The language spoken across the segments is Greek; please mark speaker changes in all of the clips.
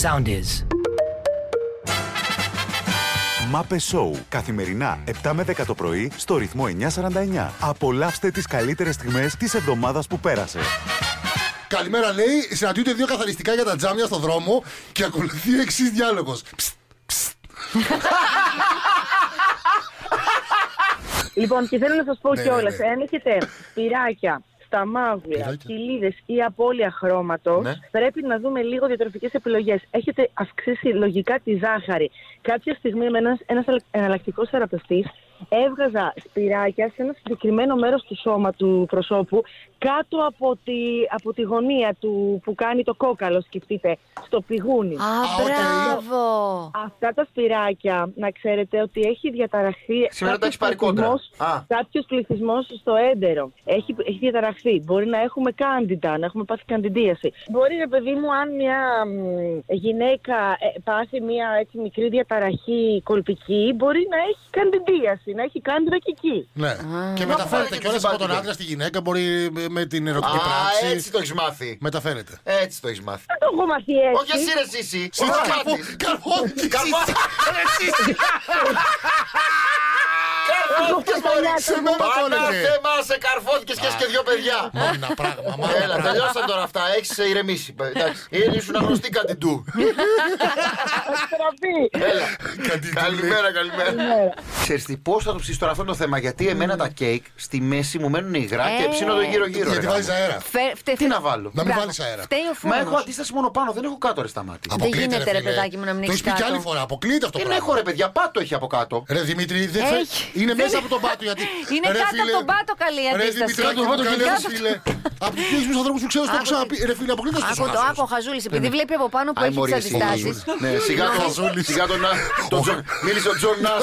Speaker 1: Sound is.
Speaker 2: Μάπε Σόου. Καθημερινά 7 με 10 το πρωί στο ρυθμό 949. Απολαύστε τις καλύτερες στιγμές της εβδομάδας που πέρασε.
Speaker 3: Καλημέρα, λέει. Συναντιούνται δύο καθαριστικά για τα τζάμια στο δρόμο και ακολουθεί ο εξής διάλογος.
Speaker 4: Λοιπόν, και θέλω να σας πω
Speaker 3: Ναι,
Speaker 4: κιόλας,
Speaker 3: ναι, ναι.
Speaker 4: αν έχετε πυράκια στα μαύρα,
Speaker 3: Πυράκια.
Speaker 4: κοιλίδε ή απώλεια χρώματος,
Speaker 3: Ναι.
Speaker 4: πρέπει να δούμε λίγο διατροφικές επιλογές. Έχετε αυξήσει λογικά τη ζάχαρη. Κάποια στιγμή, με ένας ένας εναλλακτικός θεραπευτής, έβγαζα σπυράκια σε ένα συγκεκριμένο μέρος του σώμα του προσώπου, κάτω από τη, από τη γωνία του που κάνει το κόκαλο, σκεφτείτε, στο πηγούνι.
Speaker 5: Α,
Speaker 3: οκ.
Speaker 5: μπράβο.
Speaker 4: Αυτά τα σπυράκια, να ξέρετε ότι έχει διαταραχθεί.
Speaker 6: Σήμερα τα
Speaker 4: κάποιος
Speaker 6: έχεις πάρει κόντρα.
Speaker 4: πληθυσμός-
Speaker 6: Α.
Speaker 4: Κάποιος πληθυσμός στο έντερο. Έχει, έχει διαταραχθεί. Μπορεί να έχουμε κάντιντα, να έχουμε πάθει καντιντίαση. Μπορεί, ρε παιδί μου, αν μια μ, γυναίκα ε, πάθει μια έτσι μικρή διαταραχή κολπική, μπορεί να έχει καντιντίαση, να έχει κάντιδα και εκεί.
Speaker 3: Ναι. Και
Speaker 6: Μα,
Speaker 3: μεταφέρεται
Speaker 6: και
Speaker 3: κιόλα
Speaker 6: την
Speaker 3: από τον
Speaker 6: συμπάθεια.
Speaker 3: άντρα στη γυναίκα, μπορεί με- με την
Speaker 6: Α,
Speaker 3: ερωτική πράξη.
Speaker 6: έτσι το έχεις μάθει.
Speaker 3: Μεταφέρεται.
Speaker 6: Έτσι το έχεις μάθει.
Speaker 4: Δεν το έχω μαθεί έτσι.
Speaker 6: Όχι εσύ ρε Σύση.
Speaker 3: Ω,
Speaker 6: Όχι
Speaker 3: καρπο-
Speaker 6: κάτι.
Speaker 3: καρπόθηκε.
Speaker 6: Καρφώθηκες
Speaker 3: σε μένα το έλεγε.
Speaker 6: Πανάθεμα, σε καρφώθηκες και είσαι και δύο παιδιά.
Speaker 3: Μόνο ένα πράγμα, μόνο ένα
Speaker 6: Έλα,
Speaker 3: πράγμα.
Speaker 6: τελειώσαν τώρα αυτά. Έχεις ηρεμήσει. Ε, Εντάξει. Ήσουν αγνωστή κάτι του. Έλα.
Speaker 3: Κάτι του
Speaker 6: Καλημέρα, καλημέρα. Ξέρεις τι, πώς θα το ψήσεις τώρα αυτό το θέμα. Γιατί εμένα τα κέικ στη μέση μου μένουν υγρά και
Speaker 5: Ε.
Speaker 6: ψήνω το γύρω-γύρω.
Speaker 3: Γιατί
Speaker 6: ρε
Speaker 3: βάζεις
Speaker 6: γάμο.
Speaker 3: αέρα.
Speaker 5: Φε- φτε-
Speaker 6: Τι να βάλω.
Speaker 3: Να μην
Speaker 5: Μπράβο.
Speaker 3: βάλεις αέρα.
Speaker 5: Φταίει ο
Speaker 6: Μα έχω
Speaker 5: φούρνος.
Speaker 6: αντίσταση μόνο πάνω, δεν έχω κάτω ρε στα μάτια.
Speaker 3: Αποκλείεται,
Speaker 5: γίνεται, ρε,
Speaker 3: φίλε.
Speaker 5: παιδάκι μου, να μην
Speaker 3: Το
Speaker 5: έχεις
Speaker 3: έχεις πει κι
Speaker 5: κάτω.
Speaker 3: άλλη φορά. Αποκλείεται αυτό το
Speaker 6: Δεν
Speaker 3: πράγμα.
Speaker 6: έχω ρε παιδιά, πάτο έχει από κάτω.
Speaker 3: Ρε Δημήτρη, δεν θε-
Speaker 5: Έχει.
Speaker 3: είναι
Speaker 5: Δεν-
Speaker 3: μέσα από τον πάτο. Γιατί...
Speaker 5: Είναι
Speaker 3: Ρε,
Speaker 5: κάτω από τον πάτο καλή η
Speaker 3: Ρε
Speaker 5: αντίσταση.
Speaker 3: Δημητράκη,
Speaker 5: Κάτω
Speaker 3: μου
Speaker 5: από τον
Speaker 3: καλέ,
Speaker 5: πάτο.
Speaker 3: φίλε. Από τους ίδιους τους ανθρώπους που ξέρω, το έχω
Speaker 5: Άκου τι-
Speaker 3: ξαναπεί. Ρε φίλε, αποκλείεται αυτό
Speaker 5: Άκου το, άκου ο Χαζούλης, επειδή βλέπει από πάνω που
Speaker 6: Άι,
Speaker 5: έχει τις
Speaker 6: μωρή, εσύ,
Speaker 5: αντιστάσεις.
Speaker 6: Χαζούλης. Ναι, σιγά τον. Σιγά τον. τον Τζον- Μίλησε ο Τζον Νας.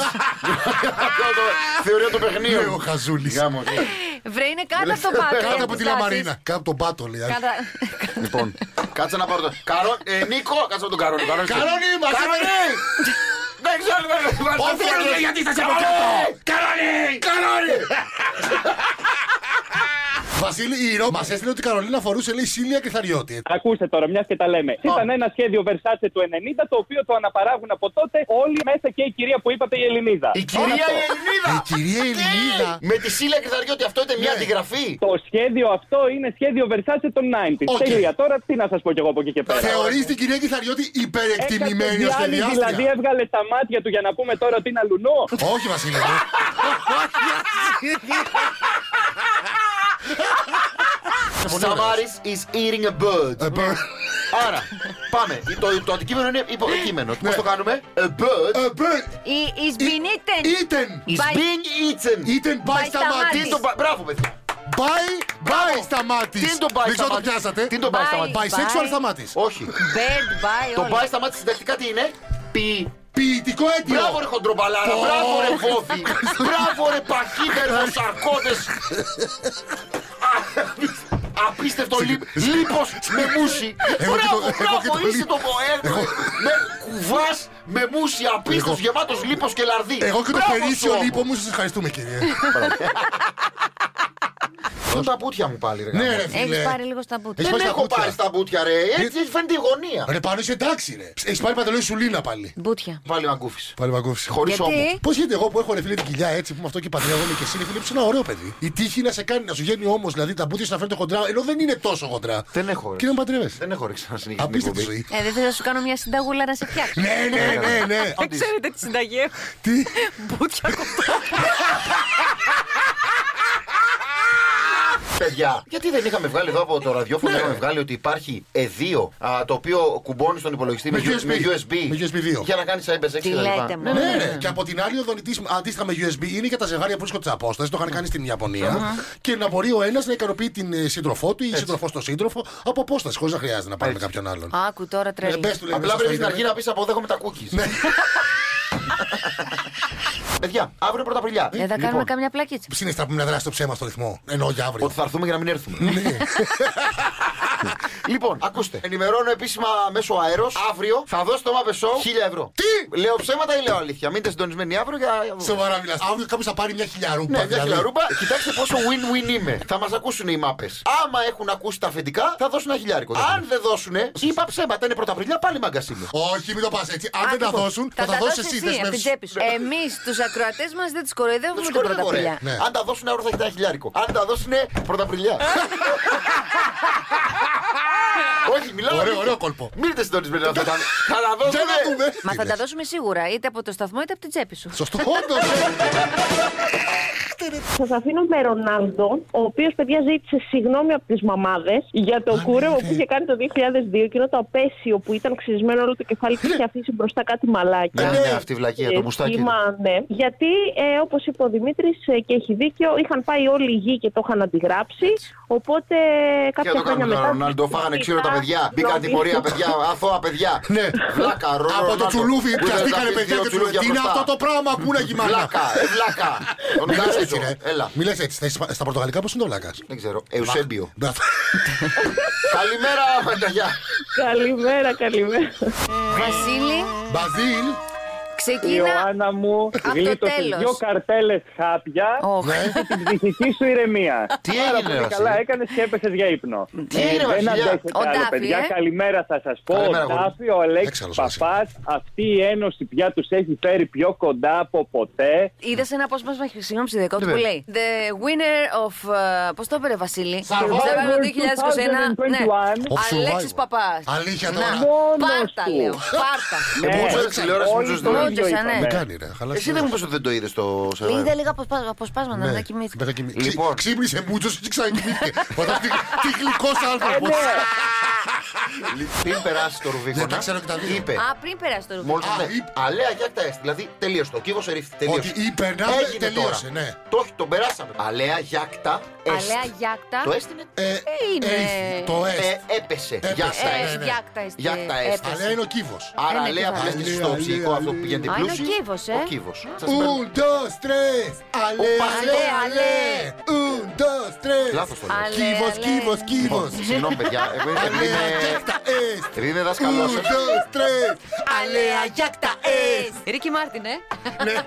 Speaker 6: Θεωρία του
Speaker 3: Ναι, ο
Speaker 6: παιχνίου.
Speaker 3: Χαζούλης.
Speaker 6: Γάμος, ναι.
Speaker 5: Βρε, είναι κάτω από το πάτο. οι
Speaker 3: Κάτω από τη
Speaker 5: αντιστάσεις.
Speaker 3: λαμαρίνα. Κάτω από τον πάτο, λέει.
Speaker 5: Κάτω-
Speaker 6: Λοιπόν, κάτσε να πάρω το. Καρό... Ε, Νίκο, κάτσε με τον Καρόνι. Καρόνι,
Speaker 3: Καρόνι, μας
Speaker 6: Καρόνι! Δεν ξέρω, δεν
Speaker 3: Ο Φλόρος, γιατί
Speaker 6: θα σε πω κάτω. Καρόνι! Καρόνι!
Speaker 3: Βασίλη, η Ε, Ρο μας έστειλε ότι η Καρολίνα φορούσε, λέει, Σίλια Κρυθαριώτη.
Speaker 7: Ακούστε τώρα, μιας και τα λέμε. Ήταν ένα σχέδιο Versace του 90, το οποίο το αναπαράγουν από τότε όλοι μέσα και η κυρία που είπατε η Ελληνίδα.
Speaker 6: Η κυρία η Ελληνίδα!
Speaker 3: Η κυρία Ναι. η Ελληνίδα.
Speaker 6: Με τη Σίλια Κρυθαριώτη αυτό ήταν μια αντιγραφή.
Speaker 7: Το σχέδιο αυτό είναι σχέδιο Versace των 90s.
Speaker 3: Οκ.
Speaker 7: Τέλεια. Τώρα τι να σας πω κι εγώ από εκεί και πέρα.
Speaker 3: Θεωρείς την κυρία Κρυθαριώτη υπερεκτιμημένη ω
Speaker 7: Έκανε διάλυση, δηλαδή
Speaker 3: σχεδιάστρια.
Speaker 7: έβγαλε τα μάτια του για να πούμε τώρα ότι είναι αλουνό.
Speaker 3: Όχι, Βασίλη. ναι. ρε.
Speaker 6: Σαμάρη is eating a bird.
Speaker 3: Ε, μπρ.
Speaker 6: Άρα, πάμε. Το, το αντικείμενο είναι υποκείμενο. Πώς το κάνουμε? A bird
Speaker 3: Ναι. Ε, μπρ.
Speaker 5: Η- Is been eaten.
Speaker 3: Ήταν.
Speaker 6: is
Speaker 5: By-
Speaker 6: being eaten.
Speaker 3: Ήταν μπάι
Speaker 5: Πάει
Speaker 3: στα
Speaker 5: στα
Speaker 3: μάτια.
Speaker 5: μάτια.
Speaker 6: Τι είναι το. πα- Μπράβο, παιδιά.
Speaker 3: Μπάι, μπάι στα μάτια.
Speaker 6: Τι είναι το μπάι
Speaker 3: Δεν ξέρω
Speaker 6: στα
Speaker 3: αν το
Speaker 6: μάτια.
Speaker 3: πιάσατε.
Speaker 6: Τι είναι το μπάι στα
Speaker 5: Bye.
Speaker 6: μάτια.
Speaker 3: Bisexual
Speaker 5: Bye.
Speaker 3: στα μάτια.
Speaker 6: Όχι.
Speaker 5: Bad by
Speaker 6: Το
Speaker 5: all.
Speaker 6: μπάι στα μάτια συντακτικά τι είναι. Πι.
Speaker 3: Ποιητικό αίτιο.
Speaker 6: Μπράβο ρε χοντρομπαλάρα,
Speaker 3: Πω.
Speaker 6: μπράβο ρε βόβι, μπράβο ρε παχύβερδο σαρκώδες. Απίστευτο λίπ, λίπος με μουσι.
Speaker 3: Εγώ και το-
Speaker 6: Μπράβο,
Speaker 3: εγώ και το
Speaker 6: μπράβο, είσαι
Speaker 3: λίπ.
Speaker 6: το ποέρ. Με κουβάς με μουσι, απίστευτος, γεμάτος λίπος και λαρδί.
Speaker 3: Εγώ και το
Speaker 6: Μπράβο σου,
Speaker 3: περίσσιο
Speaker 6: όμως.
Speaker 3: λίπο μου, σας ευχαριστούμε κύριε.
Speaker 6: Πού τα πουτια μου πάλι ρε.
Speaker 3: Ναι,
Speaker 6: γάμο.
Speaker 3: ρε
Speaker 5: Έχεις
Speaker 3: φίλε.
Speaker 5: πάρει λίγο στα μπουτια.
Speaker 3: Έχεις
Speaker 6: Δεν
Speaker 3: πάρει
Speaker 6: έχω
Speaker 3: τα
Speaker 6: πάρει
Speaker 3: μπουτια.
Speaker 6: στα μπουτια ρε, έτσι φαίνεται η γωνία.
Speaker 3: Ρε πάνω είσαι εντάξει ρε. Έχεις πάρει παντελώ σουλίνα πάλι.
Speaker 5: Μπουτια.
Speaker 6: Πάλι μαγκούφισε.
Speaker 3: Πάλι μαγκόφιση.
Speaker 6: Χωρίς
Speaker 5: Γιατί?
Speaker 6: όμου.
Speaker 3: Πώς γίνεται εγώ που έχω ρε φίλε την κοιλιά έτσι που είμαι αυτό και παντρεύομαι και εσύ ρε φίλε που είσαι ένα ωραίο παιδί. Η τύχη να σε κάνει να σου βγαίνει όμω δηλαδή τα μπούτια σου να φέρνει χοντρά ενώ δεν είναι τόσο χοντρά.
Speaker 6: Δεν έχω, ρε.
Speaker 3: Και να παντρεύεσαι.
Speaker 6: Δεν έχω ρίξει να συνεχίσει την
Speaker 3: Απίστευτη
Speaker 6: εκπομπή.
Speaker 3: ζωή.
Speaker 5: Ε, δεν θέλω να σου κάνω μια συνταγούλα να σε φτιάξω.
Speaker 3: Ναι, ναι, ναι, ναι.
Speaker 5: Δεν ξέρετε τι συνταγή έχω.
Speaker 3: Τι.
Speaker 5: Μπουτια
Speaker 6: Παιδιά, γιατί δεν είχαμε βγάλει εδώ από το ραδιόφωνο,
Speaker 3: Ναι.
Speaker 6: είχαμε βγάλει ότι υπάρχει εδίο α, το οποίο κουμπώνει στον υπολογιστή
Speaker 3: Με
Speaker 6: με, USB, με
Speaker 3: USB.
Speaker 6: USB,
Speaker 3: Με USB δύο.
Speaker 6: για να κάνει cyber sex
Speaker 5: Τι
Speaker 6: κτλ.
Speaker 5: λέτε,
Speaker 6: Ναι,
Speaker 5: μου.
Speaker 3: Ναι, ρε. Και από την άλλη, ο δονητής αντίστοιχα με USB είναι και τα ζευγάρια που βρίσκονται σε απόσταση. Το είχαν κάνει στην Ιαπωνία. Και να μπορεί ο ένας να ικανοποιεί την ε, σύντροφό του ή σύντροφο τον σύντροφο από απόσταση, χωρίς να χρειάζεται να πάρει με κάποιον άλλον.
Speaker 5: Άκου τώρα
Speaker 3: Ε,
Speaker 5: τρελή.
Speaker 3: Μπες του λέει
Speaker 6: Απλά
Speaker 3: μέσα
Speaker 6: πρέπει
Speaker 3: στο Ναι.
Speaker 6: στην αρχή
Speaker 3: ίντερνετ.
Speaker 6: να πεις αποδέχομαι τα cookies. Παιδιά, αύριο πρώτα Απριλιά.
Speaker 5: Δεν Ε, θα κάνουμε
Speaker 6: Λοιπόν,
Speaker 5: καμιά πλακίτσα.
Speaker 3: Συνέστα που να δράσει το ψέμα στο ρυθμό. Εννοώ για αύριο.
Speaker 6: Ότι θα έρθουμε για να μην έρθουμε. λοιπόν, ακούστε. Ενημερώνω επίσημα μέσω αέρος. Αύριο θα δώσω το Μαπεσό 1000 ευρώ.
Speaker 3: Τι!
Speaker 6: Λέω ψέματα ή λέω αλήθεια. Μείνετε συντονισμένοι αύριο για.
Speaker 3: Σοβαρά μιλάς. Αύριο κάποιος θα πάρει μια δηλαδή. χιλιαρούπα.
Speaker 6: Ναι, μια χιλιαρούμπα. Κοιτάξτε πόσο win-win είμαι. Θα μας ακούσουν οι μάπε. Άμα έχουν ακούσει τα αφεντικά, θα δώσουν ένα χιλιάρικο. Αν δεν δώσουν, είπα ψέματα, είναι πρωταπριλιά, πάλι μαγκασί μου.
Speaker 3: Όχι, μην το πας έτσι. Αν δεν τα δώσουν, θα τα δώσει εσύ.
Speaker 5: από την
Speaker 3: δεσμεύσεις.
Speaker 5: τσέπη σου. Εμείς τους ακροατές μας δεν τους κοροϊδεύουμε
Speaker 6: Δεν
Speaker 5: με
Speaker 6: τους
Speaker 5: την
Speaker 6: κοροϊδεύω, ρε.
Speaker 5: πρωταπριλιά.
Speaker 3: Ναι.
Speaker 6: Αν τα δώσουν αύριο θα έχει ένα χιλιάρικο. Αν τα δώσουν πρωταπριλιά. Όχι, μιλάω.
Speaker 3: Ωραίο,
Speaker 6: αλήθεια.
Speaker 3: ωραίο κόλπο.
Speaker 6: Μείνετε συντονισμένοι να τα Θα τα
Speaker 3: Για
Speaker 6: δώσουν.
Speaker 3: να δούμε.
Speaker 5: Μα θα τα δώσουμε σίγουρα είτε από το σταθμό είτε από την τσέπη σου.
Speaker 3: Σωστό, όντως.
Speaker 4: Σας αφήνω με Ρονάλντο, ο οποίος παιδιά ζήτησε συγγνώμη από τις μαμάδες για το
Speaker 3: ναι,
Speaker 4: κούρεμα
Speaker 3: ρε.
Speaker 4: που είχε κάνει το 2002 και είναι το απέσιο που ήταν ξυρισμένο όλο το κεφάλι και είχε αφήσει μπροστά κάτι μαλάκια.
Speaker 6: Ναι, ναι, αυτή η βλακεία, το
Speaker 4: Ε,
Speaker 6: μουστάκι.
Speaker 4: σχήμα, ναι. Γιατί, ε, όπως είπε ο Δημήτρης και έχει δίκιο, είχαν πάει όλοι οι γη και το είχαν αντιγράψει. Οπότε
Speaker 6: Τι να
Speaker 4: κάποια
Speaker 6: το
Speaker 4: χρόνια
Speaker 6: κάνουμε τώρα,
Speaker 4: μετά.
Speaker 6: Ρονάλντο, φάγανε ξύρο τα παιδιά. Μπήκαν την
Speaker 4: Νομίζω-
Speaker 6: πορεία, παιδιά, αθώα παιδιά.
Speaker 3: Ναι.
Speaker 6: Βλάκα,
Speaker 3: Από
Speaker 6: ρο,
Speaker 3: το
Speaker 6: Ρονάλντο.
Speaker 3: τσουλούφι
Speaker 6: Που
Speaker 3: πιαστήκανε
Speaker 6: ήταν
Speaker 3: παιδιά
Speaker 6: δύο
Speaker 3: και του
Speaker 6: τσουλούφια
Speaker 3: λένε, Τι είναι
Speaker 6: μπροστά.
Speaker 3: αυτό το πράγμα που είναι γυμνά.
Speaker 6: Βλάκα, ε, βλάκα. Τον
Speaker 3: Μιλάς
Speaker 6: βγάζω
Speaker 3: έτσι, ρε.
Speaker 6: εδώ. Έλα.
Speaker 3: Μιλάς έτσι. Στα ισπα- Στα πορτογαλικά πώς είναι το βλάκα.
Speaker 6: Δεν ξέρω. Εουσέμπιο.
Speaker 3: Να-
Speaker 6: Καλημέρα, παιδιά.
Speaker 4: Καλημέρα, καλημέρα.
Speaker 5: Βασίλη,
Speaker 3: Μπαζίλ.
Speaker 5: ξεκίνα.
Speaker 7: Ιωάννα μου,
Speaker 5: το
Speaker 7: γλίτωσε
Speaker 5: τέλος.
Speaker 7: δύο καρτέλες χάπια
Speaker 5: Ωχ.
Speaker 3: Ναι.
Speaker 7: και την ψυχική σου ηρεμία.
Speaker 6: Τι
Speaker 7: Πάρα
Speaker 6: έγινε,
Speaker 7: πολύ
Speaker 6: Βασίλη?
Speaker 7: καλά έκανες και έπεσες για ύπνο. Ε,
Speaker 6: Τι έγινε,
Speaker 7: δεν
Speaker 6: Βασιλιά?
Speaker 7: αντέχετε
Speaker 5: Ο
Speaker 7: άλλο,
Speaker 5: Τάφη,
Speaker 7: παιδιά.
Speaker 5: ε.
Speaker 7: Καλημέρα θα σας πω.
Speaker 6: Καλημέρα,
Speaker 7: ο
Speaker 6: αγόρι μου.
Speaker 7: Τάφη, ο Αλέξης
Speaker 3: Έξαλλος,
Speaker 7: Παπάς, αυτή η ένωση πια τους έχει φέρει πιο κοντά από ποτέ.
Speaker 5: Είδα ένα απόσπασμα, συγγνώμη, συνδεδικό του που
Speaker 6: Βέβαια.
Speaker 5: λέει The winner of. ε, Πώς το έπαιρε, Βασίλη?
Speaker 3: Survivor
Speaker 5: Survivor 2021.
Speaker 7: 2021.
Speaker 5: Ναι.
Speaker 3: Ο
Speaker 5: Αλέξης
Speaker 3: Survivor.
Speaker 5: Παπάς.
Speaker 3: Αλήθεια
Speaker 5: Να.
Speaker 3: τώρα.
Speaker 4: Ναι.
Speaker 7: Μόνος
Speaker 5: Πάρτα,
Speaker 7: του.
Speaker 5: λέω. Πάρτα.
Speaker 6: Ε,
Speaker 7: Ναι.
Speaker 6: μπορούσα να
Speaker 7: Όλοι
Speaker 6: τηλεόραση με
Speaker 7: το
Speaker 6: τους δύο.
Speaker 7: ίδιο
Speaker 5: Όντως, ναι.
Speaker 7: είπαμε.
Speaker 3: Δεν κάνει, ρε. χαλάσει.
Speaker 6: Εσύ δεν μου πες ότι δεν το είδες το Survivor.
Speaker 5: Είδα λίγα αποσπά- αποσπάσματα,
Speaker 3: ε. Ναι,
Speaker 5: δεν κοιμήθηκα.
Speaker 3: μετά κοιμήθηκε.
Speaker 6: Λοιπόν.
Speaker 3: Ξύ- Ξύπνησε μούτσο και ξανακοιμήθηκε. Όταν τι- Τι γλυκός άνθρωπος.
Speaker 6: Πριν περάσει το Ρουβίκονα,
Speaker 3: Δεν τα ξέρω και τα δύο.
Speaker 6: είπε.
Speaker 5: Α, πριν περάσει το ρουβί.
Speaker 6: Μόλις
Speaker 3: Α,
Speaker 6: ναι,
Speaker 3: είπε.
Speaker 6: αλέα και τα έστη. Δηλαδή τελείωσε το. Κύβος ερήφθη. Τελείωσε.
Speaker 3: Ότι είπε να
Speaker 6: Έγινε
Speaker 3: τελείωσε,
Speaker 6: τώρα.
Speaker 3: ναι.
Speaker 6: Το, έχει- τον περάσαμε. Αλέα γιάκτα εστ.
Speaker 5: Αλέα γιάκτα.
Speaker 6: Το εστ είναι.
Speaker 3: Ε,
Speaker 5: Είναι.
Speaker 3: έχει Το
Speaker 6: Ε,
Speaker 3: S.
Speaker 6: έπεσε.
Speaker 3: Έπεσε.
Speaker 6: Γιάκτα
Speaker 5: Ε,
Speaker 6: εστ.
Speaker 3: ναι.
Speaker 5: Γιάκτα εστί.
Speaker 6: Γιάκτα εστί.
Speaker 5: Έπεσε.
Speaker 3: Αλλά είναι ο κύβος.
Speaker 6: Άρα
Speaker 5: ναι,
Speaker 6: αλέα
Speaker 5: και
Speaker 6: πλέον
Speaker 3: βάλε.
Speaker 6: στο
Speaker 3: Αλέα,
Speaker 6: ψυχικό
Speaker 3: αλέα,
Speaker 6: αυτό που πηγαίνει
Speaker 5: Α, είναι ο
Speaker 6: πλούσιοι.
Speaker 5: κύβος, ε.
Speaker 6: Ο κύβος. Σας παίρνω.
Speaker 3: Un, dos, tres. Ale, ale, ale. Un, dos, tres.
Speaker 6: Λάθος το λέω. Λοιπόν,
Speaker 5: Αλλά,
Speaker 3: Κύβο,
Speaker 5: αλλά.
Speaker 3: κύβος, κύβος.
Speaker 6: Συγγνώμη, παιδιά. Εγώ είμαι- επειδή
Speaker 3: Αλέα,
Speaker 6: είμαι-
Speaker 3: γιάκτα, εστ.
Speaker 6: Επειδή είμαι
Speaker 3: Un,
Speaker 6: δάσκαλο.
Speaker 3: dos, tres. Αλέα, γιάκτα, εστ.
Speaker 5: Ρίκι Μάρτιν, ε.
Speaker 6: Ναι.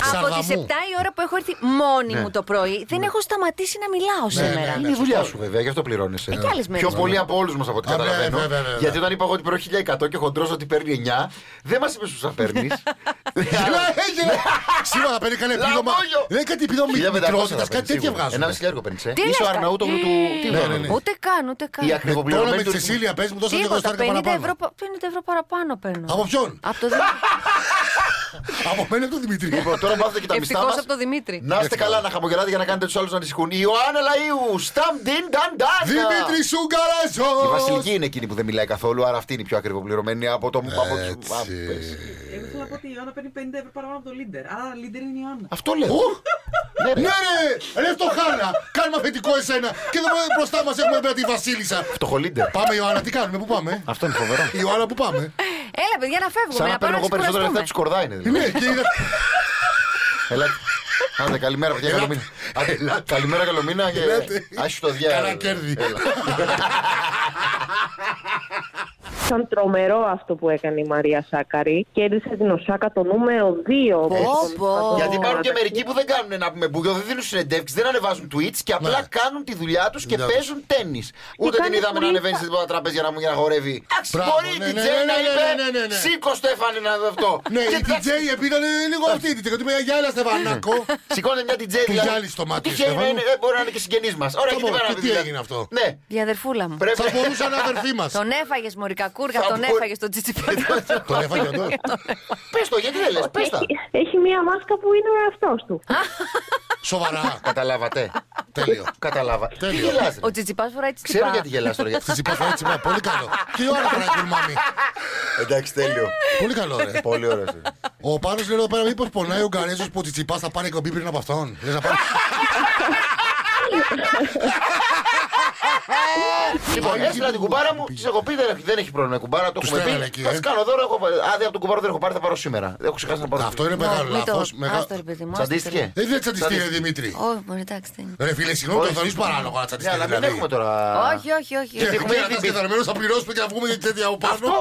Speaker 5: Από
Speaker 3: Σαργαμού.
Speaker 5: τι 7 η ώρα που έχω έρθει μόνη
Speaker 6: Ναι.
Speaker 5: μου το πρωί, δεν έχω σταματήσει να μιλάω σήμερα.
Speaker 3: ναι,
Speaker 6: Είναι η δουλειά σου, βέβαια, γι' αυτό πληρώνεσαι.
Speaker 5: Ε, κι άλλες μέρες
Speaker 6: Πιο
Speaker 5: βέβαια.
Speaker 6: πολύ από όλους μας από ό,τι
Speaker 3: Α, ναι,
Speaker 6: καταλαβαίνω.
Speaker 3: βέβαια, βέβαια.
Speaker 6: Γιατί όταν είπα εγώ ότι παίρνω 1100 και ο χοντρό ότι παίρνει 9, δεν μας είπες σου θα παίρνεις. Ε,
Speaker 3: Γελάει, γελάει. Σήμερα θα παίρνει κανένα επίδομα.
Speaker 6: Λαμπόγιο.
Speaker 3: Δεν κάτι επίδομα μικρότητα, κάτι τέτοια βγάζουν.
Speaker 6: Ένα χιλιάρικο παίρνεις. ε.
Speaker 5: Τι λες
Speaker 6: Είσαι ο
Speaker 5: τώρα.
Speaker 6: Αρναούτογλου του. Τι
Speaker 3: Ναι,
Speaker 6: βγάζουν.
Speaker 3: ναι, ναι.
Speaker 5: Ούτε καν, ούτε καν.
Speaker 3: Με
Speaker 6: Η
Speaker 3: Τώρα με
Speaker 6: ακρικοπληρωμένη
Speaker 3: τη
Speaker 6: του.
Speaker 3: Σεσίλια πες μου, δώσανε λίγο
Speaker 5: Τίποτα,
Speaker 3: στάρκα
Speaker 5: 50
Speaker 3: παραπάνω.
Speaker 5: ευρώ, πα- 50 ευρώ παραπάνω παίρνω.
Speaker 3: Από ποιον?
Speaker 5: Από το
Speaker 3: Από μένα ή τον Δημήτρη.
Speaker 6: Λοιπόν, τώρα μάθετε και τα μισθά
Speaker 5: Ευτυχώς
Speaker 6: μας.
Speaker 5: από το Δημήτρη.
Speaker 6: Να είστε καλά, να χαμογελάτε για να κάνετε τους άλλους να ανησυχούν. Η Ιωάννα Λαίου, Σταμντίν Νταντάν.
Speaker 3: Δημήτρη
Speaker 6: Η
Speaker 3: Σουγκαράζο!
Speaker 6: Βασιλική είναι εκείνη που δεν μιλάει καθόλου, άρα αυτή είναι η πιο ακριβοπληρωμένη από το. από τους-
Speaker 3: Έτσι.
Speaker 6: Α, πες.
Speaker 1: Εγώ θέλω να πω ότι η Ιωάννα παίρνει 50 ευρώ παραπάνω από το Λίντερ. Άρα Λίντερ είναι η Ιωάννα.
Speaker 6: Αυτό λέω. Ναι, ρε.
Speaker 3: Ναι, ρε! Ρε φτωχάνα! Κάνουμε αφεντικό εσένα! Και εδώ μπροστά μας έχουμε πέρα τη Βασίλισσα!
Speaker 6: Φτωχολίντερ.
Speaker 3: Πάμε, Ιωάννα, τι κάνουμε, πού πάμε.
Speaker 6: Αυτό είναι φοβερό.
Speaker 3: Ιωάννα, πού πάμε.
Speaker 5: Έλα, παιδιά, να φεύγουμε.
Speaker 6: Σαν να παίρνω
Speaker 5: πάμε να
Speaker 6: εγώ περισσότερα λεφτά
Speaker 5: ξεκουραστούμε.
Speaker 6: του κορδά είναι. δηλαδή.
Speaker 3: Ναι, και είδα.
Speaker 6: Ελάτε. Άντε, καλημέρα, παιδιά. Καλό μήνα. Άντε, Καλημέρα, καλό μήνα. και-
Speaker 3: Ελάτε.
Speaker 6: Άσου το διάλογο.
Speaker 3: Καλά κέρδη.
Speaker 6: Έλα.
Speaker 4: Ήταν τρομερό αυτό που έκανε η Μαρία Σάκαρη. Κέρδισε την Οσάκα το νούμερο 2.
Speaker 5: Πω, πω.
Speaker 6: Γιατί υπάρχουν και μερικοί που δεν κάνουν να πούμε μπουγιο, δεν δίνουν συνεντεύξεις, δεν ανεβάζουν tweets και απλά
Speaker 3: Ναι.
Speaker 6: κάνουν τη δουλειά τους και
Speaker 3: Ναι.
Speaker 6: παίζουν τέννη. Ούτε την
Speaker 4: κάνει
Speaker 6: είδαμε να
Speaker 4: πολύ
Speaker 6: ανεβαίνει σε τίποτα τραπέζια να μου για να χορεύει. Εντάξει,
Speaker 3: Μπράβο,
Speaker 6: μπορεί
Speaker 3: ναι,
Speaker 6: την
Speaker 3: ναι,
Speaker 6: Τζέι
Speaker 3: ναι,
Speaker 6: να
Speaker 3: ναι, ναι, ναι, ναι,
Speaker 6: είπε.
Speaker 3: ναι.
Speaker 6: Σήκω, Στέφανη, να δω αυτό.
Speaker 3: Ναι,
Speaker 6: Και
Speaker 3: η
Speaker 6: εντάξει,
Speaker 3: DJ επίδανε λίγο αυτή. Την κατούπια για άλλα Στεβανάκο.
Speaker 6: Σηκώνεται μια την Τζέι.
Speaker 3: Του γυάλει στο μάτι,
Speaker 6: Τυχαίνει να
Speaker 3: Στέφανο.
Speaker 6: είναι, ε, μπορεί να είναι και συγγενείς μας. Ωραία,
Speaker 3: Θα
Speaker 6: και τι
Speaker 3: μπορούσε,
Speaker 6: πέρα να
Speaker 3: τι
Speaker 6: δει, δηλαδή.
Speaker 3: έγινε αυτό.
Speaker 6: Ναι,
Speaker 5: Η αδερφούλα μου.
Speaker 6: πρέπει.
Speaker 3: Θα μπορούσε να είναι αδερφή μας.
Speaker 5: Τον έφαγες μωρικά κούργα,
Speaker 6: Θα
Speaker 5: τον
Speaker 6: μπορεί-
Speaker 5: έφαγε τον τσιτσιπέτα.
Speaker 3: Τον έφαγε εδώ.
Speaker 6: Πες το, γιατί δεν λες, πες τα.
Speaker 4: Έχει, έχει μία μάσκα που είναι ο εαυτός του.
Speaker 3: Σοβαρά.
Speaker 6: Καταλάβατε.
Speaker 3: Τέλειο.
Speaker 6: Κατάλαβα. Τι
Speaker 3: Τέλειο.
Speaker 6: γελάς, ρε.
Speaker 5: Ο τσιτσιπά φοράει
Speaker 6: Ξέρω
Speaker 5: τσιτσιπά.
Speaker 6: γιατί γελάς τώρα. γιατί-
Speaker 3: Τη είπα έτσι, μα, πολύ καλό. Και η Ιωάννα φοράει κουρμάμι.
Speaker 6: Εντάξει, τέλειο.
Speaker 3: Πολύ καλό, ρε.
Speaker 6: Πολύ ωραίο. ρε.
Speaker 3: Ο Πάνος λέει εδώ πέρα, μήπως πονάει ο Γκαρέζος που τη τσιπά θα πάρει εκπομπή πριν από αυτόν. Λες να πάρει.
Speaker 6: Λοιπόν, έστειλα την κουμπάρα μου, τη έχω πει δεν έχει, δεν έχει πρόβλημα η κουμπάρα, το
Speaker 3: Τους
Speaker 6: έχουμε
Speaker 3: στέλνανε
Speaker 6: πει.
Speaker 3: εκεί,
Speaker 6: Θα
Speaker 3: ε.
Speaker 6: τη κάνω δώρο, έχω, άντε από τον κουμπάρο δεν έχω πάρει, θα πάρω σήμερα. Έχω ξεχάσει να πάρω.
Speaker 3: Αυτό είναι
Speaker 5: Ω,
Speaker 3: μεγάλο
Speaker 5: μην το-
Speaker 3: λάθο.
Speaker 5: Άστο, ρε παιδί μου, άστο,
Speaker 6: Τσαντίστηκε.
Speaker 3: Ε, δεν τσαντιστεί, ρε
Speaker 6: Τσαντίστηκε.
Speaker 3: Δημήτρη.
Speaker 5: ρε. Όχι, μπορεί, εντάξει. τι είναι.
Speaker 3: Ρε φίλε, συγγνώμη,
Speaker 6: Όχι.
Speaker 3: το θεωρείς παράλογο να
Speaker 6: Ναι,
Speaker 3: τσαντιστεί.
Speaker 6: αλλά μην
Speaker 3: δηλαδή.
Speaker 6: έχουμε τώρα.
Speaker 5: Όχι, όχι, όχι.
Speaker 3: Και
Speaker 6: έχουμε
Speaker 3: έχουμε
Speaker 6: ήδη
Speaker 3: ένα
Speaker 6: μπει.
Speaker 3: τεθαρμένο, θα πληρώσουμε και να βγούμε για τέτοια από πάνω.
Speaker 6: Αυτό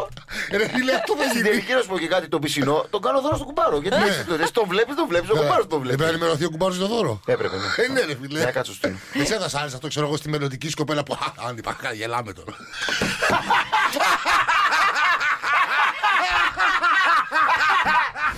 Speaker 6: Ναι.
Speaker 3: Ρε φίλε, αυτό δεν
Speaker 6: Στην
Speaker 3: γίνει.
Speaker 6: τελική να σου πω και κάτι το πισινό, τον κάνω δώρο στον κουμπάρο. Γιατί έτσι το λες, τον βλέπεις, τον βλέπεις, τον κουμπάρος τον
Speaker 3: Δεν Ε, πρέπει
Speaker 6: βλέπει.
Speaker 3: να ενημερωθεί ο κουμπάρος το δώρο.
Speaker 6: Έπρεπε.
Speaker 3: Ε, ναι, ρε φίλε.
Speaker 6: Για κάτσε στο.
Speaker 3: Δεν ξέρω, θα σ' άρεσε αυτό, ξέρω εγώ, στη μελλοντική σκοπέλα που. «Α, Αν υπάρχει, κάτι, γελάμε τώρα.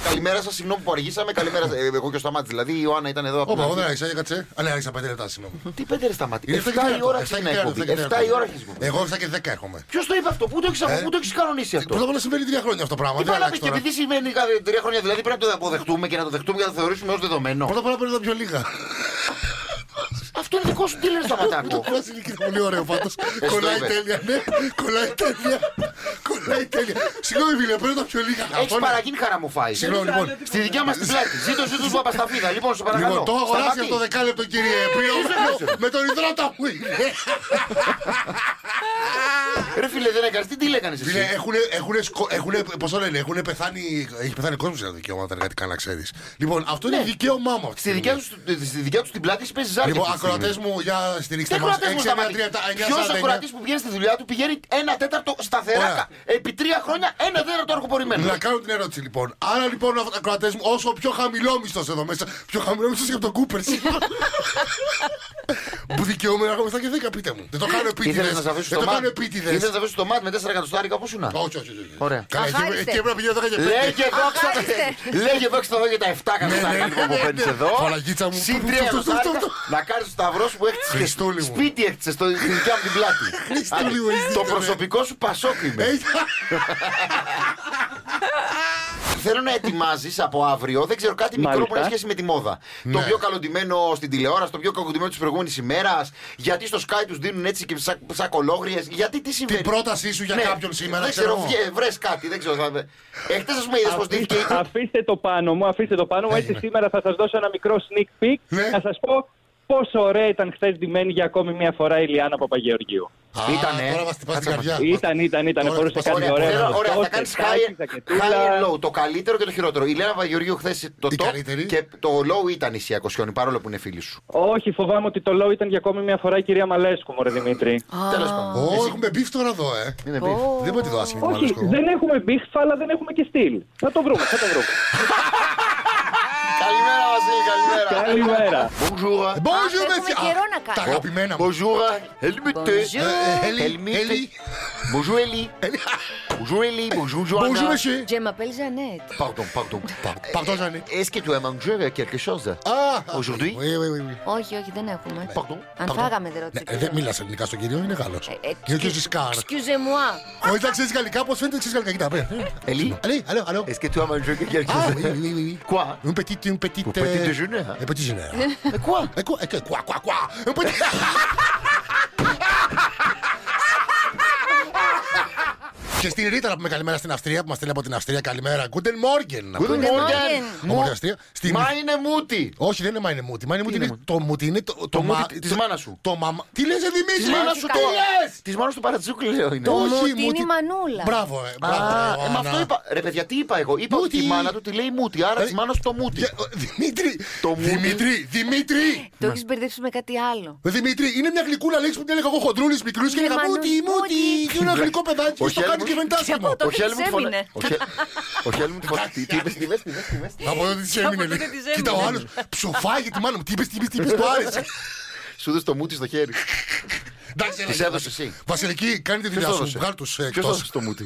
Speaker 6: Καλημέρα σας, συγγνώμη που αργήσαμε. Καλημέρα. σας. Ε, Εγώ και ο Σταμάτης. Δηλαδή η Ιωάννα ήταν εδώ από
Speaker 3: Όπα,
Speaker 6: την
Speaker 3: εγώ δεν
Speaker 6: αρχή.
Speaker 3: άρχισα, για κάτσε. Α, ναι, άρχισα πέντε λεπτά, συγγνώμη.
Speaker 6: Τι πέντε ρε σταμάτη.
Speaker 3: Είναι
Speaker 6: 7
Speaker 3: εφτά και
Speaker 6: η
Speaker 3: τέταρτο,
Speaker 6: ώρα
Speaker 3: εφτά και
Speaker 6: ξεκινάει η
Speaker 3: τέταρτο,
Speaker 6: εκπομπή.
Speaker 3: εφτά και
Speaker 6: 7
Speaker 3: τέταρτο.
Speaker 6: η ώρα αρχίζει η εκπομπή.
Speaker 3: Εγώ 7 και 10 έρχομαι.
Speaker 6: Ποιος το είπε αυτό, πού το έχεις
Speaker 3: Ε?
Speaker 6: πού το έχεις κανονίσει
Speaker 3: Πρώτα
Speaker 6: αυτό.
Speaker 3: απ' όλα συμβαίνει τρία χρόνια αυτό το πράγμα.
Speaker 6: Τι
Speaker 3: Δεν
Speaker 6: πάει να πει
Speaker 3: αλλάξει
Speaker 6: και
Speaker 3: τώρα.
Speaker 6: επειδή συμβαίνει κάθε τρία χρόνια, δηλαδή πρέπει να το αποδεχτούμε και να το δεχτούμε και να το θεωρήσουμε ως δεδομένο.
Speaker 3: Πρώτα απ' όλα πρέπει να πιο λίγα.
Speaker 6: Αυτό είναι δικό σου, τι λες,
Speaker 3: Το
Speaker 6: Σταματάκο.
Speaker 3: πράσινο είναι πολύ ωραίο πάντως. Κολλάει
Speaker 6: είπε.
Speaker 3: τέλεια, ναι. Κολλάει τέλεια. Κολλάει τέλεια. Συγγνώμη, φίλε, πρέπει να πιο λίγα.
Speaker 6: Έχει παραγγείλει χαρά μου φάει.
Speaker 3: Συγγνώμη, λοιπόν.
Speaker 6: Στη δικιά μας την πλάτη. Ζήτω, ζήτω του Παπασταφίδα. Λοιπόν, σε παρακαλώ.
Speaker 3: Λοιπόν, το έχω αγοράσει
Speaker 6: Σταμάτη.
Speaker 3: αυτό το δεκάλεπτο, κύριε Πρίο, με τον υδρότα μου. είναι.
Speaker 6: Ρε φίλε, δεν έκανες. Τι τι έκανε
Speaker 3: Φίλε,
Speaker 6: εσύ.
Speaker 3: έχουν, πώς το λένε, έχουν πεθάνει, έχεις πεθάνει κόσμος για τα δικαιώματα, κάτι καν να ξέρεις. Λοιπόν, αυτό είναι δικαίωμά μου. αυτή
Speaker 6: Στη
Speaker 3: τη
Speaker 6: δικιά
Speaker 3: στιγμή.
Speaker 6: τους στη δικιά τους την πλάτη εσύ παίζει ζάρι.
Speaker 3: Λοιπόν, ακροατές μου, για
Speaker 6: Τι
Speaker 3: στηρίξτε μας.
Speaker 6: ακροατέ μου σταματή. Ποιο ακροατή
Speaker 3: 6, 9, 3, 7, 9, 49.
Speaker 6: που πηγαίνει στη δουλειά του πηγαίνει ένα τέταρτο
Speaker 3: Ωραία.
Speaker 6: σταθερά. Επί τρία χρόνια ένα τέταρτο αργοπορημένο.
Speaker 3: Να κάνω την ερώτηση λοιπόν. Άρα λοιπόν, ακροατές μου, όσο πιο χαμηλόμισθο εδώ μέσα, πιο χαμηλόμισθο και από τον Κούπερ. σίγουρα. Που δικαιούμαι να έχω μετά και 10, πείτε μου. Δεν το κάνω επίτηδες.
Speaker 6: Ήθελες να σε αφήσει
Speaker 3: Δεν
Speaker 6: στο
Speaker 3: το κάνω
Speaker 6: μάτι.
Speaker 3: επίτηδες.
Speaker 6: Ήθελες να σε αφήσει στο μάτι με 4 εκατοστάρικα πώ σου να.
Speaker 3: Όχι, όχι, όχι.
Speaker 6: Ωραία.
Speaker 3: Καλά, εκεί-
Speaker 5: Αχάριστε.
Speaker 3: Εκεί έπρεπε να πηγαίνω 10 και 5.
Speaker 6: Λέγε δόξα τω- Λέγε δόξα τω Θεώ για τα 7
Speaker 3: Ναι,
Speaker 6: εκατοστάρικα
Speaker 3: ναι,
Speaker 6: λοιπόν,
Speaker 3: ναι,
Speaker 6: που
Speaker 3: ναι,
Speaker 6: παίρνεις
Speaker 3: ναι.
Speaker 6: εδώ.
Speaker 3: Φαλαγίτσα μου.
Speaker 6: Συν
Speaker 3: Του,
Speaker 6: τρία
Speaker 3: του, του, του,
Speaker 6: εκατοστάρικα
Speaker 3: του.
Speaker 6: να κάνεις το σταυρό σου που έκτισε.
Speaker 3: Χριστούλη μου.
Speaker 6: Σπίτι έκτισε στο στη δικιά μου την πλάτη.
Speaker 3: Χριστούλη
Speaker 6: Άντε,
Speaker 3: μου, ναι. εσύ
Speaker 6: Το
Speaker 3: ήταν.
Speaker 6: προσωπικό σου πασόκ
Speaker 3: Ε,
Speaker 6: είμαι. Θέλω να ετοιμάζεις από αύριο, δεν ξέρω, κάτι μικρό που
Speaker 7: Μάλιστα.
Speaker 6: να έχει σχέση με τη μόδα. Το
Speaker 3: Ναι.
Speaker 6: πιο καλοντημένο στην τηλεόραση, το πιο καλοντημένο της προηγούμενης ημέρας. Γιατί στο Sky τους δίνουν έτσι και σα- σακολόγριες, Γιατί τι συμβαίνει.
Speaker 3: Την πρότασή σου για
Speaker 6: Ναι.
Speaker 3: κάποιον σήμερα,
Speaker 6: Δεν
Speaker 3: ξέρω
Speaker 6: ξέρω,
Speaker 3: εγώ.
Speaker 6: βγε- βρες κάτι, δεν ξέρω. θα- Εχθές, ας πούμε, είδες πως
Speaker 7: Αφήστε-
Speaker 6: ντύθηκε η-
Speaker 7: Αφήστε το πάνω μου, αφήστε το πάνω μου. Έτσι
Speaker 3: Έγινε.
Speaker 7: σήμερα θα σας δώσω ένα μικρό sneak peek.
Speaker 3: Ναι.
Speaker 7: Να σας πω πόσο ωραία ήταν χθες ντυμένη για ακόμη μια φορά η Λιάννα Παπαγεωργιού.
Speaker 3: Α,
Speaker 6: Ήτανε.
Speaker 3: Τώρα μας τυπάς την
Speaker 6: Κάτσε,
Speaker 3: καρδιά.
Speaker 7: Ήταν, ήταν, ήταν.
Speaker 3: Ωραία,
Speaker 7: Μπορούσε
Speaker 3: ωραία,
Speaker 7: κάτι
Speaker 6: Ωραία,
Speaker 7: ωραίο.
Speaker 6: θέλω-
Speaker 7: να το
Speaker 6: ωραία, θα
Speaker 7: δώσει,
Speaker 6: κάνει
Speaker 7: τάκι,
Speaker 6: high,
Speaker 7: ζακετούλα.
Speaker 6: high and low. Το καλύτερο και το χειρότερο. Η Λένα Βαγιοργίου χθες το
Speaker 3: Η
Speaker 6: top
Speaker 3: καλύτερη.
Speaker 6: και το low ήταν η Σία Κοσιόνη, παρόλο που είναι φίλη σου.
Speaker 7: Όχι, φοβάμαι ότι το low ήταν για ακόμη μια φορά η κυρία Μαλέσκου, μωρέ Δημήτρη.
Speaker 6: Τέλος πάντων.
Speaker 3: Ω, έχουμε μπιφ τώρα εδώ, ε.
Speaker 6: Είναι beef.
Speaker 3: Δεν μπορεί να το άσχημα.
Speaker 7: Όχι, δεν έχουμε μπίχφα, αλλά δεν έχουμε και στυλ. Να το βρούμε, θα το βρούμε.
Speaker 6: Καλημέρα, Βασίλη, καλημέρα.
Speaker 7: Καλημέρα.
Speaker 6: Bonjour.
Speaker 5: Α, έχουμε καιρό να κάνουμε.
Speaker 3: Τα αγαπημένα μου.
Speaker 6: Bonjour. Ελμίτε.
Speaker 5: Bonjour.
Speaker 3: Ε, Έλλη,
Speaker 6: Ελμίτε.
Speaker 3: Έλλη.
Speaker 6: Bonjour, Έλλη. Bonjour, Έλλη. Bonjour, Johanna.
Speaker 3: Bonjour, monsieur.
Speaker 5: Je m'appelle Jeannette.
Speaker 6: Pardon, pardon.
Speaker 3: Pardon, Jeanne.
Speaker 6: Eh, Est-ce que tu as mangé euh, quelque chose?
Speaker 3: Α, ε,
Speaker 6: Aujourd'hui.
Speaker 3: Oui, oui, oui, oui.
Speaker 5: Όχι, όχι, δεν έχουμε.
Speaker 3: Pardon,
Speaker 5: Αν
Speaker 3: pardon.
Speaker 5: φάγαμε, δεν ρώτησε.
Speaker 3: Ε, Ναι, Δεν μιλά ελληνικά στον κύριο, είναι Γάλλο.
Speaker 5: Ε,
Speaker 3: Είναι ο κύριο Ισκάρ.
Speaker 5: Excuse moi.
Speaker 3: Όχι, τα ξέρει γαλλικά, πώ φαίνεται, ξέρει γαλλικά. Κοίτα,
Speaker 5: Ε,
Speaker 3: πέρα.
Speaker 6: Έλλη.
Speaker 3: Allez, allô, allô.
Speaker 6: Est-ce que tu as mangé quelque
Speaker 3: Oh. Ah,
Speaker 6: chose?
Speaker 3: oui, oui, oui, oui.
Speaker 6: Quoi?
Speaker 3: Une petite, une petite.
Speaker 6: Au petit
Speaker 3: euh,
Speaker 6: déjeuner, hein.
Speaker 3: Un petit déjeuner.
Speaker 6: Mais quoi?
Speaker 3: Et Euh, quoi, et que- quoi, quoi, quoi Un petit. Και στην Ρίτα να πούμε καλημέρα στην Αυστρία που μας στέλνει από την Αυστρία. Καλημέρα. Guten Morgen. να πούμε.
Speaker 5: Morgen.
Speaker 3: Από την Αυστρία. Στην-
Speaker 6: Μάινε μούτι.
Speaker 3: Όχι, δεν είναι μάινε μούτι. Μάινε μούτι
Speaker 6: είναι
Speaker 3: είναι
Speaker 6: μούτι?
Speaker 3: το μούτι. Είναι το, το,
Speaker 6: μούτι της- της μάνας σου.
Speaker 3: Το μαμα. Τι λες, Δημήτρη,
Speaker 6: Τη μάνας σου το.
Speaker 5: καλά.
Speaker 6: Της μάνας του παρατσούκλι, λέω είναι.
Speaker 3: Το
Speaker 5: μούτι
Speaker 3: όχι,
Speaker 5: είναι η μανούλα.
Speaker 3: Μπράβο, ε.
Speaker 6: Α,
Speaker 3: μπράβο,
Speaker 6: ε,
Speaker 3: ε,
Speaker 6: μα
Speaker 3: Ιωάννα.
Speaker 6: αυτό είπα. Ρε παιδιά, τι είπα εγώ. Είπα ότι
Speaker 3: Μούτι. Ε,
Speaker 6: η μάνα του τη λέει μούτι, άρα της μάνας του το μούτι.
Speaker 3: Για- ο- Δημήτρη!
Speaker 6: Το μούτι.
Speaker 3: Δημήτρη! Δημήτρη!
Speaker 5: Το έχεις μπερδέψει με κάτι άλλο.
Speaker 3: Ε, Δημήτρη, είναι μια γλυκούλα λέξη που την έλεγα εγώ χοντρούλη μικρούς και
Speaker 5: Είναι
Speaker 3: έλεγα
Speaker 5: μανούς,
Speaker 3: Μούτι,
Speaker 5: μούτι.
Speaker 3: μούτι! Και ένα γλυκό παιδάκι
Speaker 6: Ο
Speaker 3: και το κάνει
Speaker 6: Χέλμουτ.
Speaker 3: και φαίνεται
Speaker 5: Και
Speaker 3: άσχημο.
Speaker 5: από τότε
Speaker 6: Χέλμουτ
Speaker 5: της
Speaker 6: φωνά-
Speaker 5: έμεινε.
Speaker 6: ο Χέ- Ο Χέλμουντ φωνάει. Τι είπες, τι είπες, τι είπες, τι είπες, τι είπες.
Speaker 3: Από τότε τη έμεινε.
Speaker 5: τότε
Speaker 3: λέει.
Speaker 5: της έμεινε.
Speaker 3: Κοίτα ο άλλος ψοφάγει τη μάνα μου. Τι είπες, τι είπες, τι είπες, το άρεσε.
Speaker 6: Σου δες το μούτι στο χέρι.
Speaker 3: Εντάξει,
Speaker 6: Της
Speaker 3: έλα,
Speaker 6: έδωσε
Speaker 3: Βασιλική.
Speaker 6: εσύ.
Speaker 3: Βασιλική, κάνει τη
Speaker 6: Ποιος
Speaker 3: δουλειά
Speaker 6: το
Speaker 3: σου.
Speaker 6: έδωσε.
Speaker 3: Βγάλ ε, του
Speaker 6: Ποιος
Speaker 3: εκτός.
Speaker 6: το έδωσε το μούτι.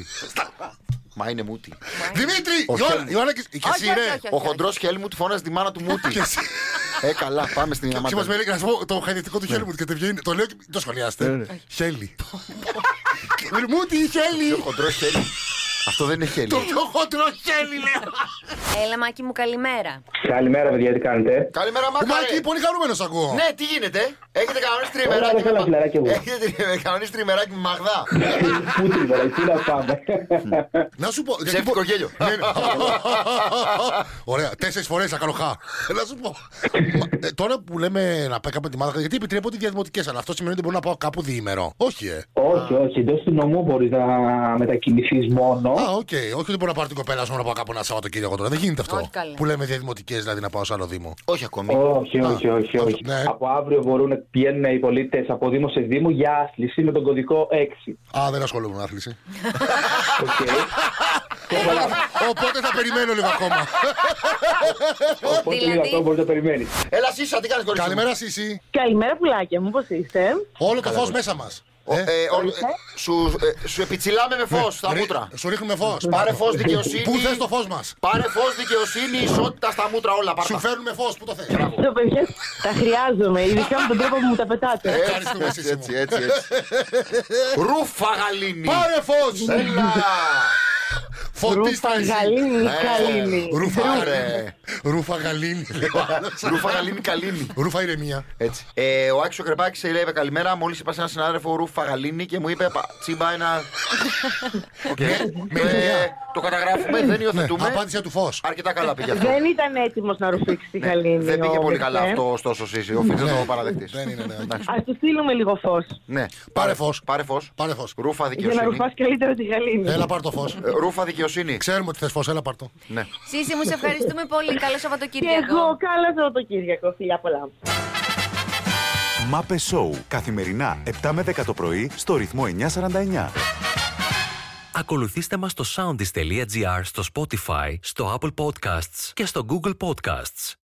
Speaker 6: Μα είναι μούτι.
Speaker 3: Δημήτρη!
Speaker 6: Ο
Speaker 3: Ιωάννα-
Speaker 6: Χέλμουτ.
Speaker 3: Ιωάννα και και
Speaker 5: Όχι,
Speaker 3: εσύ,
Speaker 5: όχι,
Speaker 3: ρε.
Speaker 5: όχι,
Speaker 6: Ο χοντρό Χέλμουντ φώναζε τη μάνα του μούτι.
Speaker 3: Και εσύ.
Speaker 6: Ε, καλά, πάμε στην
Speaker 3: Και μας
Speaker 6: Ιαμάτα.
Speaker 3: λέει, να σου πω το χαϊδευτικό του χέλι μου και βγαίνει. Το λέω και μην το σχολιάστε. Χέλι. Μούτι,
Speaker 6: Ο
Speaker 3: χέλι.
Speaker 6: χοντρό Χέλμουντ. Αυτό δεν είναι
Speaker 3: Το
Speaker 6: χέλι.
Speaker 3: πιο χοντρό χέλι, λέω.
Speaker 5: Έλα, μάκι μου, καλημέρα.
Speaker 8: Καλημέρα, παιδιά, τι κάνετε.
Speaker 6: Καλημέρα,
Speaker 3: Ο Μάκη,
Speaker 6: Μάκαρε.
Speaker 3: πολύ χαρούμενος ακούω.
Speaker 6: Ναι, τι γίνεται. Έχετε κανονίσει
Speaker 8: Ωραία,
Speaker 6: τριμεράκι.
Speaker 8: δεν θέλω φιλαράκι εγώ.
Speaker 6: Έχετε τρι- κανονίσει τριμεράκι με Μαγδά.
Speaker 8: Πού την πέρα, πού να πάμε.
Speaker 3: Να σου πω. γιατί
Speaker 6: Ψεύτικο
Speaker 3: πο-
Speaker 6: γέλιο.
Speaker 3: Ναι, ναι. Ωραία, τέσσερις φορές θα κάνω χα. Να σου πω. Μα, ε, Τώρα που λέμε να πάει κάπου τη μάδα, γιατί επιτρέπονται οι διαδημοτικέ, αλλά αυτό σημαίνει ότι μπορώ να πάω κάπου διήμερο. Όχι, ε.
Speaker 8: όχι, όχι, εντός του νομού μπορείς να μετακινηθείς μόνο.
Speaker 3: Α, οκ. Όχι ότι μπορώ να πάρω την κοπέλα σου να πάω κάπου ένα Σαββατοκύριακο τώρα. Δεν γίνεται αυτό.
Speaker 5: Όχι, καλέ.
Speaker 3: Που λέμε διαδημοτικές, δηλαδή να πάω σε άλλο Δήμο.
Speaker 6: Όχι ακόμη.
Speaker 8: όχι,
Speaker 3: Α,
Speaker 8: όχι, όχι.
Speaker 3: όχι,
Speaker 8: όχι.
Speaker 3: ναι.
Speaker 8: Από αύριο μπορούν να πηγαίνουν οι πολίτες από Δήμο σε Δήμο για άθληση με τον κωδικό 6.
Speaker 3: Α, δεν ασχολούμαι με άθληση.
Speaker 8: Οκ.
Speaker 3: Οπότε θα περιμένω λίγο ακόμα.
Speaker 8: Οπότε
Speaker 5: Δηλαδή-
Speaker 8: λίγο αυτό μπορείς να περιμένεις.
Speaker 6: Έλα, Σύσα, τι κάνεις κορίτσι. μου?
Speaker 3: Καλημέρα, Σίση.
Speaker 4: Καλημέρα, πουλάκια μου, πώς είστε.
Speaker 3: Όλο το φω μέσα μας.
Speaker 6: Ο- ε, ο- ε, σου, ε, σου επιτσιλάμε
Speaker 3: Ναι,
Speaker 6: με φως στα μούτρα.
Speaker 3: Σου ρίχνουμε φως.
Speaker 6: Πάρε φως δικαιοσύνη.
Speaker 3: Πού θες το φως μας.
Speaker 6: Πάρε φως δικαιοσύνη, ισότητα στα μούτρα όλα. Πάρτα.
Speaker 3: Σου φέρνουμε φως, πού το θες.
Speaker 4: Εδώ, παιδιά, τα χρειάζομαι, ειδικά με τον τρόπο που μου τα πετάτε.
Speaker 3: Ευχαριστούμε,
Speaker 6: Έτσι,
Speaker 3: Σύση.
Speaker 6: έτσι,
Speaker 3: μου.
Speaker 6: έτσι. Ρούφα γαλήνη.
Speaker 3: Πάρε φως.
Speaker 6: Έλα.
Speaker 3: Φωτίστας
Speaker 4: Ρούφα γαλήνη,
Speaker 6: Ε,
Speaker 4: καλήνη.
Speaker 3: Ρούφα,
Speaker 6: Πάρε.
Speaker 3: Ρούφα γαλήνη. λέει ο άλλος.
Speaker 6: Ρούφα γαλήνη καλήνη.
Speaker 3: Ρούφα ηρεμία.
Speaker 6: Έτσι. Ε, ο Άξιος Κρεπάκη λέει καλημέρα. Μόλις είπα σε έναν συνάδελφο Ρούφα Γαλήνη και μου είπε «Πα- τσίμπα ένα. Οκ. Ε, Το καταγράφουμε, δεν υιοθετούμε.
Speaker 3: Απάντηση Ναι, του φως.
Speaker 6: Αρκετά καλά πήγε αυτό. Ναι,
Speaker 4: Δεν ήταν έτοιμος να ρουφήξει τη γαλήνη.
Speaker 6: Δεν πήγε
Speaker 4: ο
Speaker 6: πολύ
Speaker 4: Μιχαήλ.
Speaker 6: καλά αυτό, ωστόσο, Σύση. Οφείλει να το
Speaker 3: Δεν
Speaker 6: παραδεχτεί.
Speaker 3: είναι, ναι.
Speaker 4: Ας του στείλουμε λίγο φως.
Speaker 6: Ναι.
Speaker 3: Πάρε φως.
Speaker 6: Πάρε φως.
Speaker 3: Πάρε φως.
Speaker 6: Ρούφα
Speaker 4: Για να
Speaker 6: δικαιοσύνη.
Speaker 4: ρουφάς καλύτερα τη γαλήνη.
Speaker 3: Έλα, πάρ το φως.
Speaker 6: Ε, Ρούφα δικαιοσύνη.
Speaker 3: Ξέρουμε ότι θες φως, έλα πάρ το.
Speaker 6: Ναι.
Speaker 5: Σύση μου, σε ευχαριστούμε πολύ. Καλό
Speaker 4: Και εγώ,
Speaker 5: Σαββατοκύριακο.
Speaker 4: καλά Σαββατοκύριακο, φιλιά πολλά.
Speaker 2: Μάπε Σόου. Καθημερινά 7 με 10 το πρωί στο ρυθμό 949.
Speaker 9: Ακολουθήστε μας στο soundis.gr, στο Spotify, στο Apple Podcasts και στο Google Podcasts.